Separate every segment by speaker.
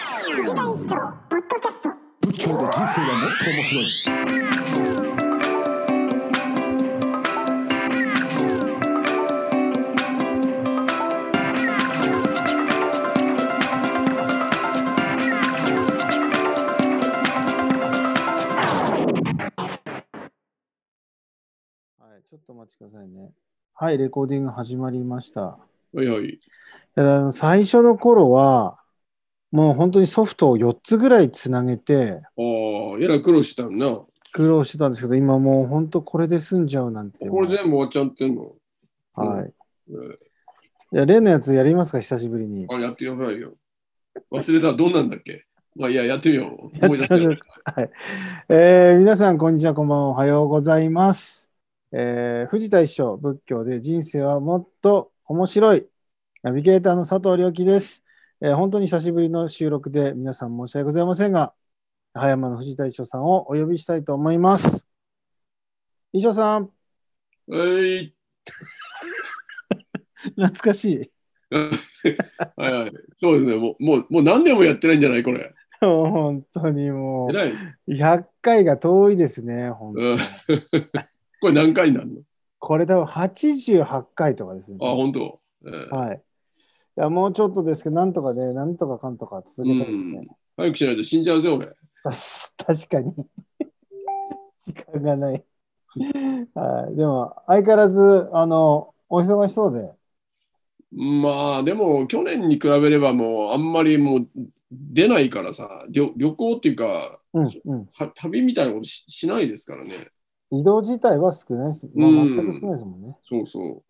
Speaker 1: 時代ショーポッドキャスト
Speaker 2: 仏教で人生はもっと面白い
Speaker 3: はい、ちょっとお待ちくださいね。はい、レコーディング始まりました。
Speaker 4: はいはい。
Speaker 3: いやあの最初の頃は、もう本当にソフトを4つぐらいつなげて
Speaker 4: ああ、えらい苦労したんな。こ
Speaker 3: 苦労してたんですけど、今もう本当これで済んじゃうなんて。
Speaker 4: れ全部終わっちゃってんの。
Speaker 3: はい。
Speaker 4: え
Speaker 3: いや、例のやつやりますか、久しぶりに
Speaker 4: ー。あやってくださいよ。忘れたらどんなんだっけまあいいや、やってみよう。
Speaker 3: やって
Speaker 4: 思
Speaker 3: み
Speaker 4: い
Speaker 3: ま
Speaker 4: 出
Speaker 3: しょう
Speaker 4: したよ
Speaker 3: はい。えー皆さん、こんにちは、こんばんは、おはようございます。えー藤田一生、仏教で人生はもっと面白い。ナビゲーターの佐藤良樹です、えー本当に久しぶりの収録で、皆さん申し訳ございませんが、葉山の藤田一生さんをお呼びしたいと思います。一生さん、
Speaker 4: はい。
Speaker 3: 懐かしい。
Speaker 4: はい はい。そうですね。もう、もう、もう何年もやってないんじゃないこれ。
Speaker 3: 本当にも
Speaker 4: えらい。
Speaker 3: う、100回が遠いですね、本当に
Speaker 4: うん これ何回になるの
Speaker 3: これ多分88回とかですね。
Speaker 4: あ、本当。えー
Speaker 3: はい。いや、もうちょっとですけど、なんとかね、なんとかかんとか続けたいです
Speaker 4: う
Speaker 3: ね
Speaker 4: ん。早くしないと死んじゃうぜ、俺。
Speaker 3: 確かに。時間がない。はい。でも、相変わらず、あの、お忙しそうで。
Speaker 4: まあ、でも、去年に比べればもう、あんまりもう、出ないからさ、旅旅行っていうか、
Speaker 3: うん、うん。
Speaker 4: は旅みたいなことししないですからね。
Speaker 3: 移動自体は少ないです。まあ、
Speaker 4: うん
Speaker 3: 全く少ないですもんね。
Speaker 4: そうそ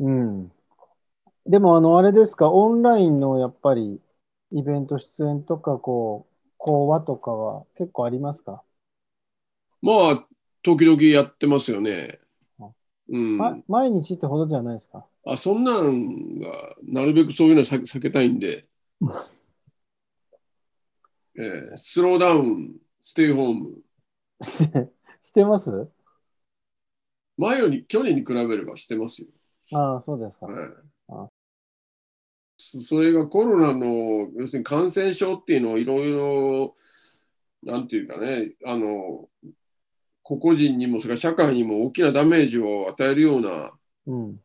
Speaker 4: う。
Speaker 3: うん。でも、あの、あれですか、オンラインのやっぱり、イベント出演とか、こう、講話とかは結構ありますか、
Speaker 4: まあ、時々やってますよね
Speaker 3: あ。
Speaker 4: うん。
Speaker 3: ま
Speaker 4: あ、
Speaker 3: 毎日ってほどじゃないですか
Speaker 4: そんなんが、なるべくそういうのは避避けたいん で、えースローダウン、ステイホーム。
Speaker 3: してしてます
Speaker 4: 前より、去年に比べればしてますよ。
Speaker 3: ああ、そうですか。
Speaker 4: はい
Speaker 3: あ
Speaker 4: そそれがコロナの、要するに感染症っていうのをいろいろ、なんていうかね、あの、個々人にも、それから社会にも大きなダメージを与えるような
Speaker 3: うん。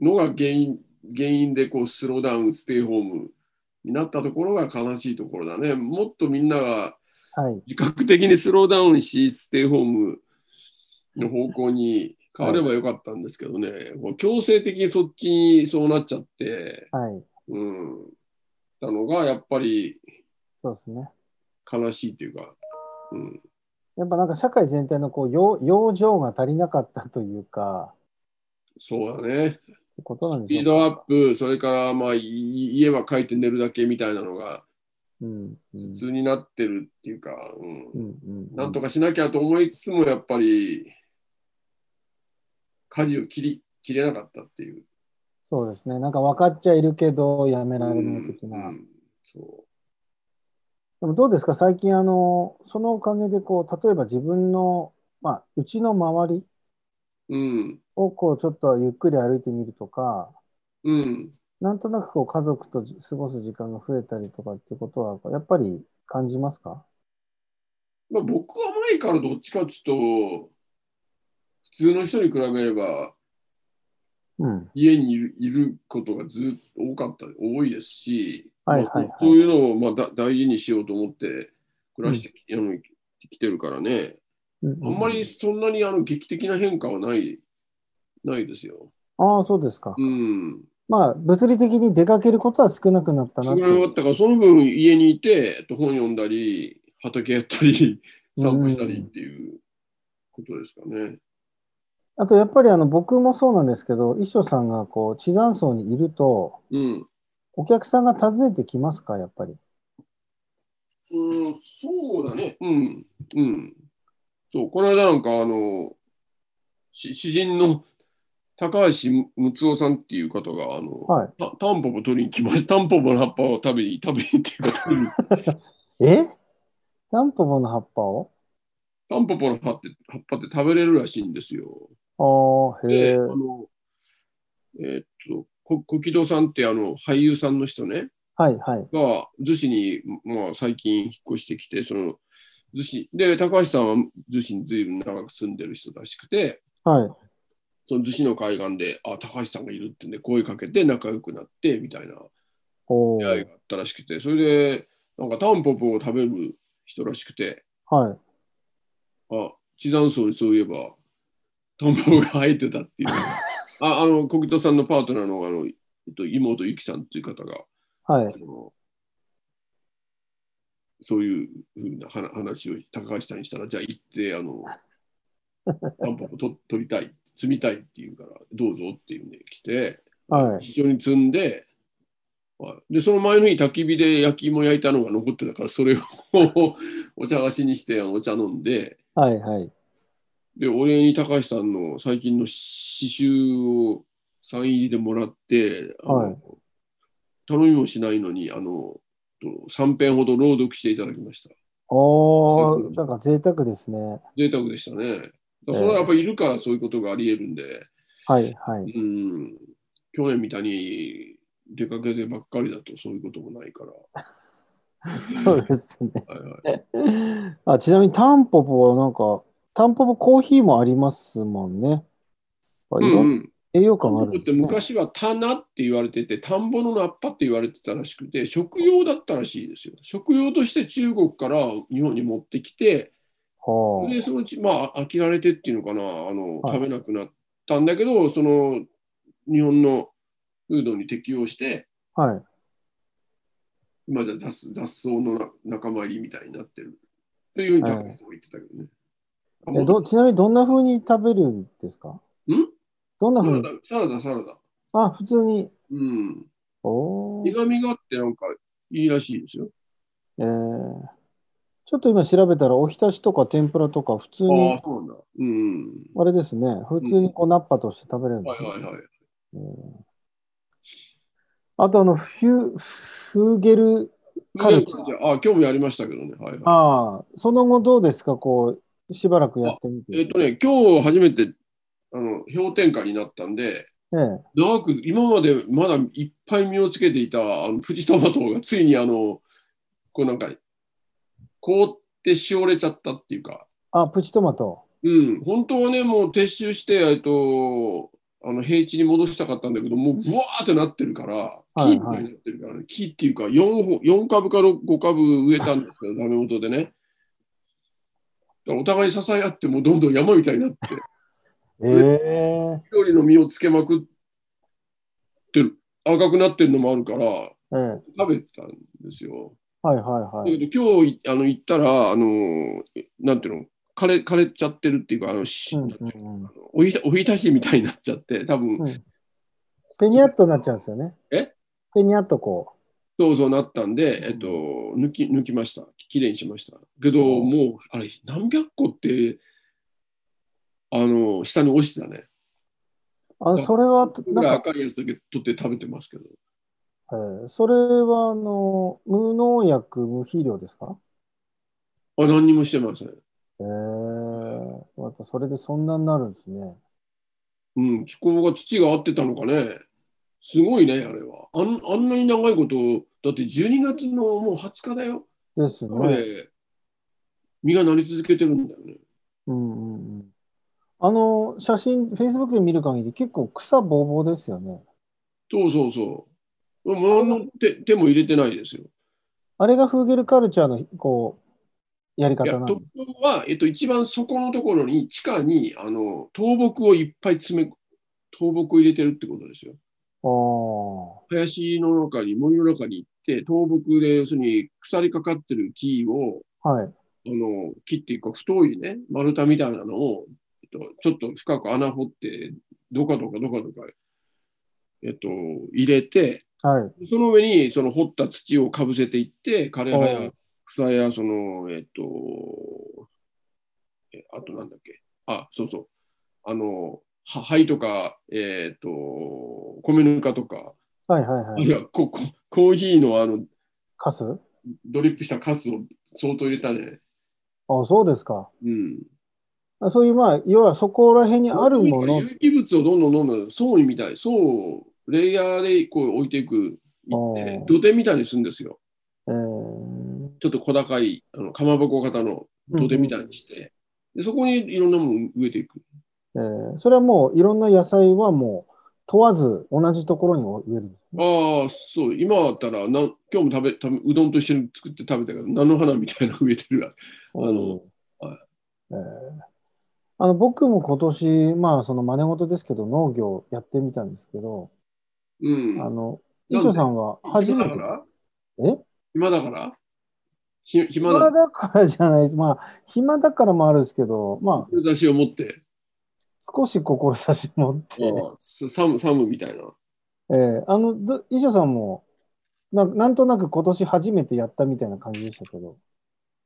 Speaker 4: のが原因原因でこうスローダウン、ステイホームになったところが悲しいところだね。もっとみんなが
Speaker 3: はい。
Speaker 4: 自覚的にスローダウンし、ステイホームの方向に変わればよかったんですけどね、もう強制的にそっちにそうなっちゃって、
Speaker 3: はい。
Speaker 4: うん、たのがやっぱり
Speaker 3: そうですね。
Speaker 4: 悲しいというか、うん、
Speaker 3: やっぱなんか社会全体のこう、養養生が足りなかったというか、
Speaker 4: そうだね。
Speaker 3: ってことなん
Speaker 4: スピー
Speaker 3: でしょう
Speaker 4: ド
Speaker 3: か
Speaker 4: アップ、それからまあい家は帰って寝るだけみたいなのが
Speaker 3: うん。うん
Speaker 4: 普通になってるっていうか、うん
Speaker 3: うんうん。
Speaker 4: なんとかしなきゃと思いつつも、やっぱり、舵を切り切れなかったっていう。
Speaker 3: そうですね。なんか分かっちゃいるけど、やめられな
Speaker 4: う
Speaker 3: い
Speaker 4: ん
Speaker 3: 的な。
Speaker 4: うんそ
Speaker 3: でもどうですか最近、あの、そのおかげでこう、例えば自分の、まあ、うちの周り
Speaker 4: う。うん。
Speaker 3: をこう、ちょっとゆっくり歩いてみるとか、
Speaker 4: うん。
Speaker 3: なんとなくこう、家族とじ過ごす時間が増えたりとかっていうことは、やっぱり感じますか
Speaker 4: まあ、僕は前からどっちかっていうと、普通の人に比べれば、
Speaker 3: うん。
Speaker 4: 家にいるいることがずっと多かった、多いですし、
Speaker 3: はいはいはい
Speaker 4: まあそうそういうのをまあだ大事にしようと思って暮らしてき,、あのきてるからね、あんまり。そんなにあの劇的な変化はない、ないですよ。
Speaker 3: ああ、そうですか。
Speaker 4: うん。
Speaker 3: まあ、物理的に出かけることは少なくなったな
Speaker 4: そ
Speaker 3: って
Speaker 4: れはあったから、その分家にいて、えっと本読んだり、畑やったり、散歩したりっていうことですかね。
Speaker 3: あと、やっぱりあの僕もそうなんですけど、一生さんがこう地山荘にいると、
Speaker 4: うん。
Speaker 3: お客さんが訪ねてきますか、やっぱり。
Speaker 4: うん、そうだね。うん。うん。そう、この間なんか、あの、し詩人の高橋睦夫さんっていう方が、あの、
Speaker 3: は
Speaker 4: たタンポポ取りに来ました。タンポポの葉っぱを食べに、食べにっていうか、取りに
Speaker 3: い。えタンポポの葉っぱを
Speaker 4: タンポポの葉って葉っぱって食べれるらしいんですよ。
Speaker 3: ああ、へ
Speaker 4: で、
Speaker 3: え
Speaker 4: あ。の、えーっと、こ小木戸さんってあの俳優さんの人ね、
Speaker 3: はいはい。
Speaker 4: が逗子に、まあ、最近引っ越してきて、その逗子で高橋さんは逗子に随分長く住んでる人らしくて、
Speaker 3: はい。
Speaker 4: その逗子の海岸で、あ、高橋さんがいるってんで声かけて仲良くなってみたいな
Speaker 3: お
Speaker 4: 出
Speaker 3: ー
Speaker 4: 会いがあったらしくて、それでなんかタンポポを食べる人らしくて、
Speaker 3: はい。
Speaker 4: あ、地山荘にそういえば田んぼが生えてたっていう。ああの、小木戸さんのパートナーのあの、えっと、妹ゆきさんという方が、
Speaker 3: は
Speaker 4: あ
Speaker 3: い。
Speaker 4: のそういうふうな話話を高橋さんにしたら、じゃあ行って、あの、タンポポと取りたい、積みたいっていうから、どうぞっていうんで来て、
Speaker 3: はい。
Speaker 4: 一緒に積んで、あで、その前の日、焚き火で焼き芋焼いたのが残ってたから、それをお茶菓子にして、あのお茶飲んで、
Speaker 3: はい。はい。
Speaker 4: で、お礼に高橋さんの最近の刺繍をサイン入りでもらって、あの
Speaker 3: はい
Speaker 4: 頼みもしないのに、あの、3編ほど朗読していただきました。
Speaker 3: おー、なんか贅沢ですね。
Speaker 4: 贅沢でしたね。だからそれはやっぱりいるからそういうことがあり得るんで、
Speaker 3: はい。はい。
Speaker 4: うん、去年みたいに出かけてばっかりだとそういうこともないから。
Speaker 3: そうですね。
Speaker 4: はいはい
Speaker 3: あちなみにタンポポはなんか、タンポポコーヒーもありますもんね。あいろ
Speaker 4: うんんうん、
Speaker 3: 栄養
Speaker 4: 田
Speaker 3: 価
Speaker 4: ん
Speaker 3: があ
Speaker 4: ぼ
Speaker 3: るん
Speaker 4: っ
Speaker 3: で
Speaker 4: て
Speaker 3: すね、
Speaker 4: 昔は棚って言われてて、田んぼのラッパって言われてたらしくて、食用だったらしいですよ。食用として中国から日本に持ってきて、
Speaker 3: は
Speaker 4: で、そのうち、まあ、飽きられてっていうのかな、あの、
Speaker 3: はい
Speaker 4: 食べなくなったんだけど、その、日本のフードに適応して、
Speaker 3: あ。はい。
Speaker 4: 今じゃ雑雑草のな仲間入りみたいになってる。というふうに高橋さんは言ってたけどね。あも
Speaker 3: え
Speaker 4: う
Speaker 3: どちなみにどんな風に食べるんですか
Speaker 4: ん
Speaker 3: どんな
Speaker 4: サ
Speaker 3: 風
Speaker 4: ラ
Speaker 3: に
Speaker 4: ダ、サラダ、サラダ。
Speaker 3: あ、普通に。
Speaker 4: うん。
Speaker 3: おー
Speaker 4: 苦味があってなんかいいらしいですよ。
Speaker 3: えーちょっと今調べたら、おひたしとか天ぷらとか、普通
Speaker 4: ああ
Speaker 3: に、、
Speaker 4: そうなんだ。うん。
Speaker 3: あれですね、普通にこうナッパとして食べれるんで
Speaker 4: は
Speaker 3: す
Speaker 4: い
Speaker 3: ね、
Speaker 4: はいはい。
Speaker 3: あと、あの、フュフーゲルカルチャー
Speaker 4: じゃあ、あ興味ありましたけどね。はいはい。
Speaker 3: ああ、その後どうですか、こう、しばらくやってみて。
Speaker 4: えっ、とね、今日初めて、あの、氷点下になったんで、
Speaker 3: ええ
Speaker 4: 長く、今までまだいっぱい実をつけていたあのプチトマトがついにあの、こうなんか、凍ってしおれちゃったっていうか、
Speaker 3: あ、プチトマト。
Speaker 4: うん、本当はね、もう撤収して、えっと、あの平地に戻したかったんだけど、もうぶわーってなってるから、
Speaker 3: はい
Speaker 4: 木みたいになってるからね、木っていうか4本、4株か6 5株植えたんですけ ど、ダメ元でね。だからお互い支え合って、もうどんどん山みたいになって、
Speaker 3: ええ
Speaker 4: 緑の実をつけまくってる、赤くなってるのもあるから、
Speaker 3: ええ
Speaker 4: 食べてたんですよ。
Speaker 3: はいはい
Speaker 4: だ
Speaker 3: は
Speaker 4: け
Speaker 3: い。
Speaker 4: ど今日いあの行ったら、あのなんていうの枯れ、枯れちゃってるっていうか、あのし
Speaker 3: うんうんうん、
Speaker 4: おひたおひたしみたいになっちゃって、多分、
Speaker 3: うんペニャッとなっちゃうんですよね。
Speaker 4: え
Speaker 3: ペニャッとこ
Speaker 4: そうそうなったんで、えっと、抜き、抜きました。きれいにしました。けど、
Speaker 3: うん
Speaker 4: もう、あれ、何百個って、あの、下に落ちてたね。
Speaker 3: う。あそれは、
Speaker 4: ぐ
Speaker 3: なん
Speaker 4: らい
Speaker 3: か、
Speaker 4: 赤いやつだけ取って食べてますけど。
Speaker 3: ええそれは、あの、無農薬、無肥料ですか
Speaker 4: あ、何にもしてません。
Speaker 3: ええやっぱそれでそんなになるんですね。
Speaker 4: うん、気候が土が合ってたのかね。すごいね、あれは。あんあんなに長いこと、だって12月のもう20日だよ。
Speaker 3: です
Speaker 4: こ
Speaker 3: ね。
Speaker 4: れ、実がなり続けてるんだよね。
Speaker 3: うんうんうん。あの、写真、Facebook で見る限り、結構草ぼうぼうですよね。
Speaker 4: そうそうそう。もう何の手手も入れてないですよ。
Speaker 3: あれがフーゲルカルチャーの、こう、やり
Speaker 4: いや
Speaker 3: 方なん
Speaker 4: 特
Speaker 3: です。
Speaker 4: 訓は、えっと、一番底のところに地下にあの倒木をいっぱい詰め倒木を入れてるってことですよ。
Speaker 3: あー
Speaker 4: 林の中に森の中に行って倒木で要するに腐りかかってる木を
Speaker 3: は
Speaker 4: あ
Speaker 3: い。
Speaker 4: の切っていく太いね丸太みたいなのを、えっと、ちょっと深く穴掘ってどかどかどかどか、えっと、入れて
Speaker 3: はい。
Speaker 4: その上にその掘った土をかぶせていって、枯れ葉
Speaker 3: お
Speaker 4: や
Speaker 3: う
Speaker 4: 草やその、えっと、えあとなんだっけ、あ、そうそう、あの、は灰とか、えっと、米ぬかとか、
Speaker 3: はいはいはいい。
Speaker 4: や、ここコーヒーのあの
Speaker 3: カスあ、
Speaker 4: ドリップしたカスを相当入れたね。
Speaker 3: そうですか。
Speaker 4: うん。
Speaker 3: あそういう、まあ、要はそこら辺にあるもの。
Speaker 4: 有機物をどんどんどんどん層にみたい、層をレイヤーでこう置いていく行っ
Speaker 3: お
Speaker 4: て
Speaker 3: ー、
Speaker 4: 土手みたいにするんですよ。
Speaker 3: えー
Speaker 4: ちょっと小高い、あのかまぼこ型の土手みたいにして、でそこにいろんなもの植えていく。
Speaker 3: えーそれはもういろんな野菜はもう問わず同じところに植えるんですね。
Speaker 4: ああ、そう、今だったら、なん今日も食べ食べ、うどんと一緒に作って食べたけど、菜の花みたいなの植えてるわ。あの、
Speaker 3: えーあの僕も今年、まあその真似事ですけど農業やってみたんですけど、
Speaker 4: うん。
Speaker 3: あの、
Speaker 4: なんで
Speaker 3: 磯さんは初め
Speaker 4: 暇だ
Speaker 3: て
Speaker 4: か。ら
Speaker 3: え
Speaker 4: 暇だからひ暇
Speaker 3: 暇
Speaker 4: な
Speaker 3: だからじゃないです。まあ、暇だからもあるんですけど、まあ、
Speaker 4: 志を持って、
Speaker 3: 少し志持って、
Speaker 4: ああさサム、サムみたいな。
Speaker 3: えーあの、ど衣装さんもなん、なんとなく今年初めてやったみたいな感じでしたけど、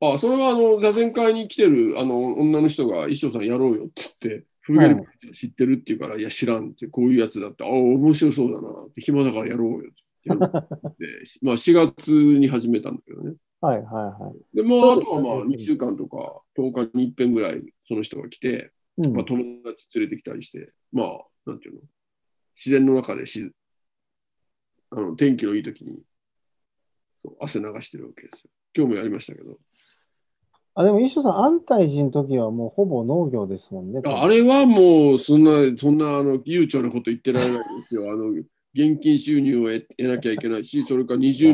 Speaker 4: ああ、それはあの、座禅会に来てるあの女の人が、一生さんやろうよって言って、古げる知ってるって言うから、いや、知らんって、こういうやつだって、ああ、面白そうだなって、暇だからやろうよってや るで、まあ、4月に始めたんだけどね。
Speaker 3: はいはいはい。
Speaker 4: で、まあ、あとはまあ、
Speaker 3: そうで
Speaker 4: 2
Speaker 3: すね
Speaker 4: 週間とか、10日に一遍ぐらい、その人が来て、
Speaker 3: うん
Speaker 4: まあ、友達連れてきたりして、まあ、なんていうの、自然の中でしあの天気のいい時にそう汗流してるわけですよ。今日もやりましたけど。
Speaker 3: あでも、衣装さん、安泰寺の時はもうほぼ農業ですもんね。
Speaker 4: ああれはもう、そんな、そんな、あの、悠長なこと言ってられないですよ。あの、現金収入を得得なきゃいけないし、それから20人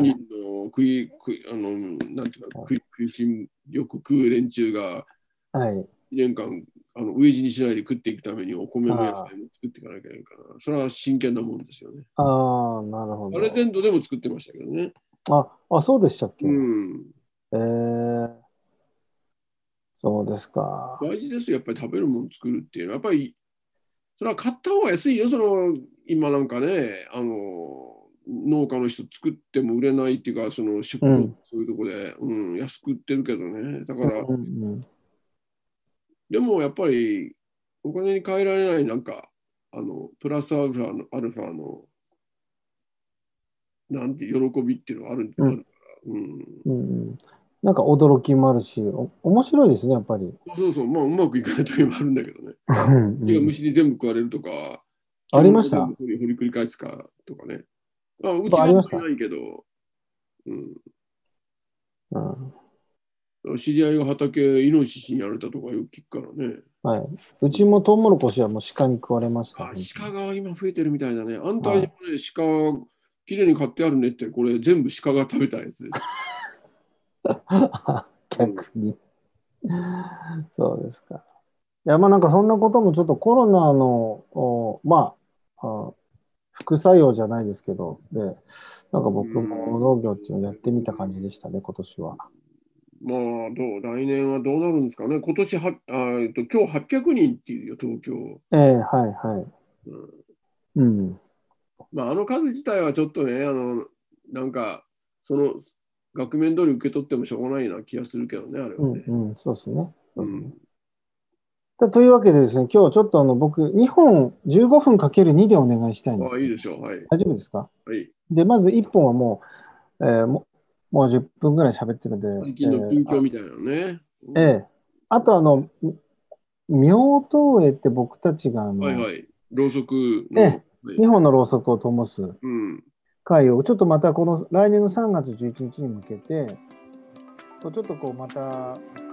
Speaker 4: の食い、食い、あの、なんていうか、食い、食いしん、よく食う連中が、
Speaker 3: はい。
Speaker 4: 1年間あの飢え死にしないで食っていくためにお米も野菜も作っていかなきゃいけないから、それは真剣なもんですよね。
Speaker 3: ああ、なるほど。
Speaker 4: あれ全土でも作ってましたけどね。
Speaker 3: あ、あ、そうでしたっけ、
Speaker 4: うん。
Speaker 3: えーそうですか。
Speaker 4: 大事ですよ、やっぱり食べるもの作るっていうのは。やっぱり、それは買った方が安いよ、その、今なんかね、あの、農家の人作っても売れないっていうか、その出荷、
Speaker 3: うん
Speaker 4: そういうとこで、うん、安く売ってるけどね。だから、
Speaker 3: うんうん
Speaker 4: でもやっぱりお金に換えられないなんかあのプラスアルファのアルファのなんて喜びっていうのはある,、
Speaker 3: うん
Speaker 4: あるから、うん、
Speaker 3: うんうんなんか驚きもあるし、お面白いですね、やっぱり。
Speaker 4: そうそうまあうまくいかない時もあるんだけどね、
Speaker 3: うん
Speaker 4: いや虫に全部食われるとか
Speaker 3: ありました
Speaker 4: 全部掘り掘り繰り返すかとかねあうち
Speaker 3: あ
Speaker 4: は
Speaker 3: ありました
Speaker 4: ないけど、うん、
Speaker 3: うん
Speaker 4: 知り合いが畑イノシシにやられたとかよく聞くからね
Speaker 3: はい、うちもトウモロコシはもう鹿に食われました、
Speaker 4: あ鹿が今増えてるみたいだねあんたにもね鹿きれいに買ってあるねってこれ全部鹿が食べたや つです
Speaker 3: が 逆に。そうですか。いや、まあなんかそんなこともちょっとコロナの、おまああ、副作用じゃないですけど、で、なんか僕も農業っていうのやってみた感じでしたね、今年は。
Speaker 4: まあどう来年はどうなるんですかね、今年はあえっと今日800人っていうよ、東京。
Speaker 3: ええはいはい。うん。
Speaker 4: まあ、あの数自体はちょっとね、あのなんか、その額面通り受け取ってもしょうがないような気がするけどね、あれ
Speaker 3: う
Speaker 4: は
Speaker 3: ん
Speaker 4: ね。
Speaker 3: うん、そうですね。
Speaker 4: うん
Speaker 3: とというわけでですね、今日ちょっとあの僕、2本、15分かける2でお願いしたいんです
Speaker 4: あ
Speaker 3: けど。
Speaker 4: いいでしょう、はい。
Speaker 3: 大丈夫ですか
Speaker 4: はい、
Speaker 3: で、まず1本はもう、えーももう10分ぐらい喋ってるんで、
Speaker 4: 最近の
Speaker 3: えー
Speaker 4: 近況みたいなのね。
Speaker 3: あええあとあの、妙灯絵って僕たちがあの、
Speaker 4: はいはい。ろうそくの
Speaker 3: ええ。2本のろうそくを灯す
Speaker 4: うん
Speaker 3: 会を、ちょっとまたこの来年の3月11日に向けて、こうちょっとこうまた、え